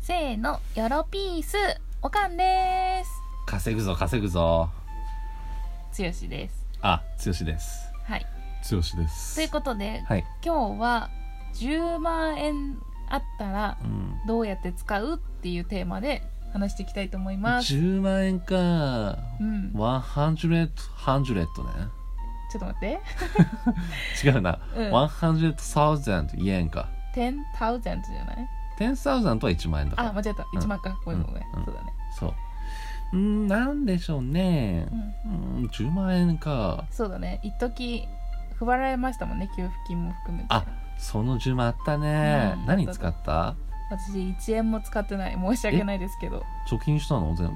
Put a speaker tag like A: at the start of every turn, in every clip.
A: せーのよろピースおかんです
B: 稼ぐぞ稼ぐぞ
A: つよしです
B: あ剛です
A: はい
B: 剛です
A: ということで、
B: はい、
A: 今日は10万円あったら
B: うん、
A: どうやって使うっていうテーマで話していきたいと思います
B: 10万円か
A: うんちょ
B: 100 100ね
A: っと待って
B: 違うな、
A: うん
B: 100,000イエンか
A: 10,000じゃない
B: 10,000とは1万円だか
A: あ
B: ら
A: 間違えた
B: うん
A: 1万かごめんごめん
B: うん
A: そうだね
B: そううんなんでしょうね
A: うん
B: うん10万円か
A: そうだね一時配られましたもんね給付金も含めて
B: あその10万あったね、
A: うん
B: 何使った
A: 私1円も使ってない申し訳ないですけど
B: 貯金したの全部、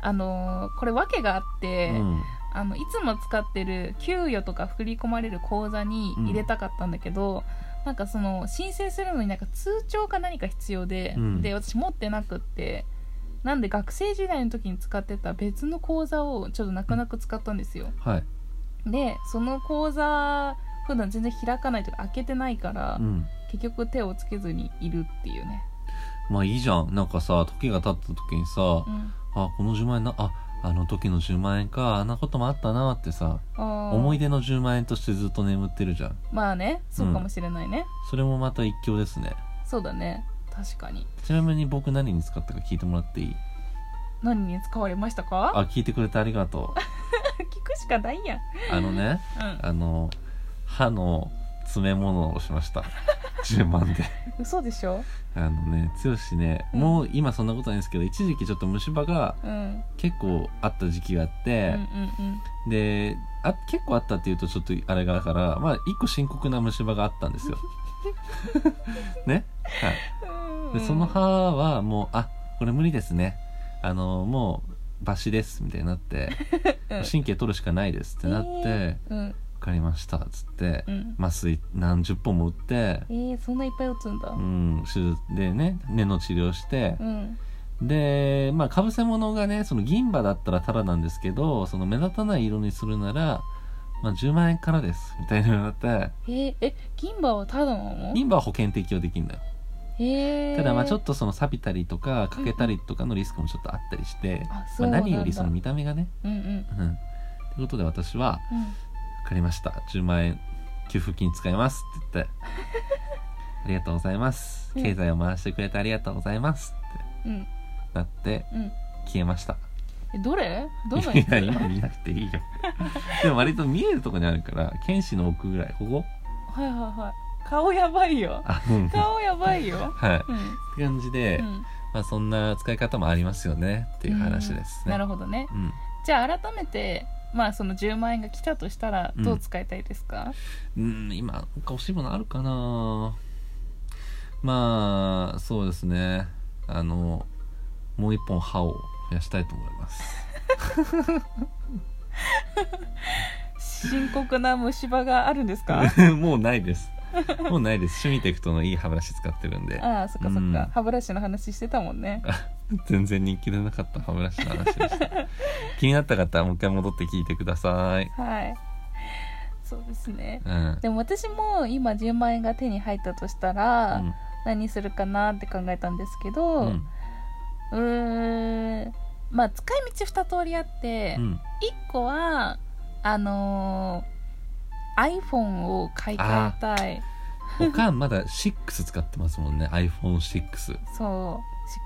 A: あのーこれ訳があって、
B: うん
A: あのいつも使ってる給与とか振り込まれる口座に入れたかったんだけど、なんかその申請するのになんか通帳か何か必要で、
B: うん
A: で私持ってなくってなんで学生時代の時に使ってた別の口座をちょっと泣く泣く使ったんですよ
B: はい、
A: でその口座普段全然開かないとか開けてないから、
B: うん、
A: 結局手をつけずにいるっていうね、
B: まあいいじゃんなんかさ時が経った時にさ、
A: うん、
B: あこの10万円なああの時の10万円かあんなこともあったなってさ
A: 思
B: 思い出の10万円としてずっと眠ってるじゃん
A: まあねそうかもしれないね、
B: それもまた一興ですね
A: そうだね確かに
B: ちなみに僕何に使ったか聞いてもらっていい
A: 何に使われましたか
B: あ聞いてくれてありがと
A: 聞くしかないやん
B: うあの ね
A: う
B: あの歯の詰め物をし ました10万で
A: ん嘘でしょ
B: あのね剛ね、
A: うん
B: もう今そんなことないんですけど一時期ちょっと虫歯が
A: うん
B: 結構あった時期があっ
A: うんう
B: て、
A: ん
B: であ結構あったっていうとちょっとあれがだからまあ一個深刻な虫歯があったんで すよね、は
A: うん
B: い、でその歯はもうあこれ無理ですねあのもう抜歯ですみたいになって
A: うん
B: 神経取るしかないですってなって、わ
A: えーうん
B: かりましたっつって
A: うん
B: 麻酔何十本も打って
A: えーそんないっぱい打つんだ
B: うん手術でね根の治療して
A: う、ん
B: でまあかぶせ物がねその銀歯だったらタダなんですけどその目立たない色にするなら、まあ、10万円からですみたいなのになって
A: えーえ銀歯はただなの
B: 銀歯は保険適用できるんだよ
A: えー
B: ただまあちょっとその錆びたりとか欠けたりとかのリスクもちょっとあったりして、
A: あそ
B: ま
A: う
B: あ、
A: なんだ
B: 何よりその見た目がね
A: うんうん
B: うんってことで私は
A: うん
B: 「分かりました10万円給付金使います」って言って 「ありがとうございます
A: うん
B: 経済を回してくれてありがとうございます」って
A: うん
B: なって
A: うん
B: 消えました
A: えどれどのや
B: い
A: つ
B: や今見なくていいよ でも割と見えるとこにあるから剣士の奥ぐらいここ
A: はいはいはい顔やばいよ
B: あうんは
A: 顔やばい よ
B: いっ
A: うん
B: て感じで、
A: うん
B: まあそんな使い方もありますよねっていう話ですね
A: なるほどね
B: うん
A: じゃあ改めてまあその10万円が来たとしたらどう使いたいですか
B: うん今なんか欲しいものあるかなまあそうですねあのもう一本歯を増やしたいと思います
A: 深刻な虫歯があるんですか
B: もうないですもうないですシュミテクトのいい歯ブラシ使ってるんで
A: ああそっかそっか、
B: うん
A: 歯ブラシの話してたもん ね
B: 全然人気のなかった歯ブラシの話でした気になった方はもう一回戻って聞いてください
A: はいそうですね
B: うん、うん
A: でも私も今10万円が手に入ったとしたら、何するかなって考えたんですけど
B: う
A: うんーんまあ使い道2通りあって、
B: うん
A: 1個はあのー iPhone を買い替えたい
B: おかんまだ6使ってますもんね iPhone6
A: そ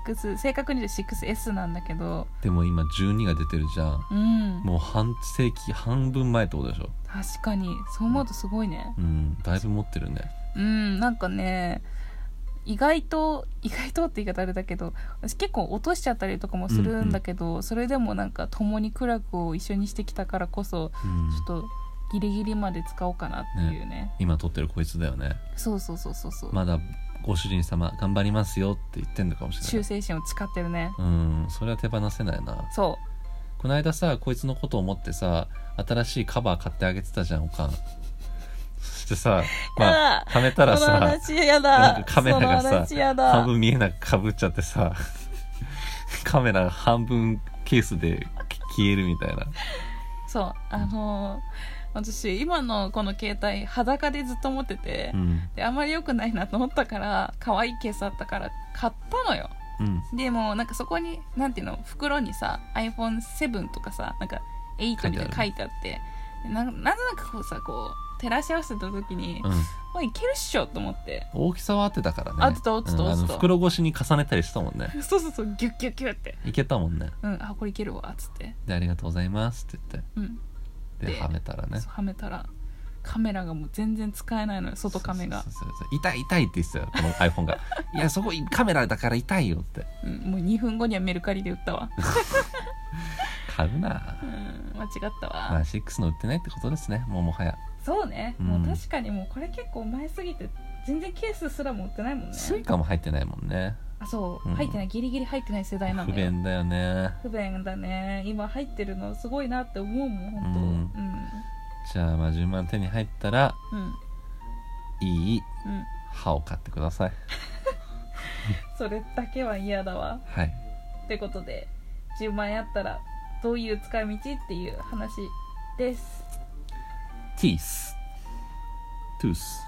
A: う6正確に言うと 6S なんだけど
B: でも今12が出てるじゃん
A: うん
B: もう半世紀半分前ってことでしょ
A: 確かにそう思うとすごいね
B: うんだいぶ持ってるね
A: うんなんかね意外と意外とって言い方あれだけど私結構落としちゃったりとかもするんだけど、それでもなんか共に苦楽を一緒にしてきたからこそ
B: うん
A: ちょっとギリギリまで使おうかなっていうね
B: 今撮ってるこいつだよね
A: そうそうそうそうそう、
B: まだご主人様頑張りますよって言ってんのかもしれ
A: 忠
B: ない
A: 誠心を誓ってるね
B: うんそれは手放せないな
A: そ
B: この間さこいつのことを思ってさ新しいカバー買ってあげてたじゃんおかんそしてさまあはめた
A: う
B: ら
A: その
B: さ
A: 話や
B: なん
A: だ
B: かカメラが
A: その
B: さ
A: 話やだ
B: 半分見えなくかぶっちゃってさカメラ半分ケースで消えるみたいな
A: そうあのー私今のこの携帯裸でずっと持ってて、
B: うん
A: であんまり良くないなと思ったから可愛いケースあったから買ったのよ
B: うん
A: でもなんかそこになんていうの袋にさ iPhone7 とかさなんか8みたいな書
B: 書
A: い
B: い
A: てあってななんとなくこうさこう照らし合わせた時に、
B: うん、
A: もういけるっしょと思って
B: 大きさは合ってたからね
A: 合ってた合ってた
B: うんあ
A: 合っ
B: の
A: てた
B: 袋越しに重ねたりしたもんね
A: そうそうそうギュッギュッギュッって
B: いけたもんね
A: うんあこれいけるわっつって
B: でありがとうございますって言っ
A: うん、
B: てで
A: で
B: はめたらね
A: そうはめたらカメラがもう全然使えないのよ外カメが
B: そうそうそうそう痛い痛いって言ってたよこの iPhone がいやそこカメラだから痛いよって
A: うん、もう2分後にはメルカリで売った わ
B: 買うな
A: うん間違ったわ、
B: まあ6の売ってないってことですねもうもはや
A: そうね、
B: うん
A: もう確かにもうこれ結構前すぎて全然ケースすら持ってないもんね
B: スイカも入ってないもんね
A: あそう、
B: うん
A: 入ってないギリギリ入ってない世代な
B: 不
A: のよ
B: 便だよね
A: 不便だね今入ってるのすごいなって思うもん本当
B: じゃあまあ10万手に入ったら
A: うんうん
B: いい
A: うん
B: 歯を買ってください
A: それだけは嫌だわ
B: はい
A: ってことで10万円あったらどういう使い道っていう話です
B: ティーストゥース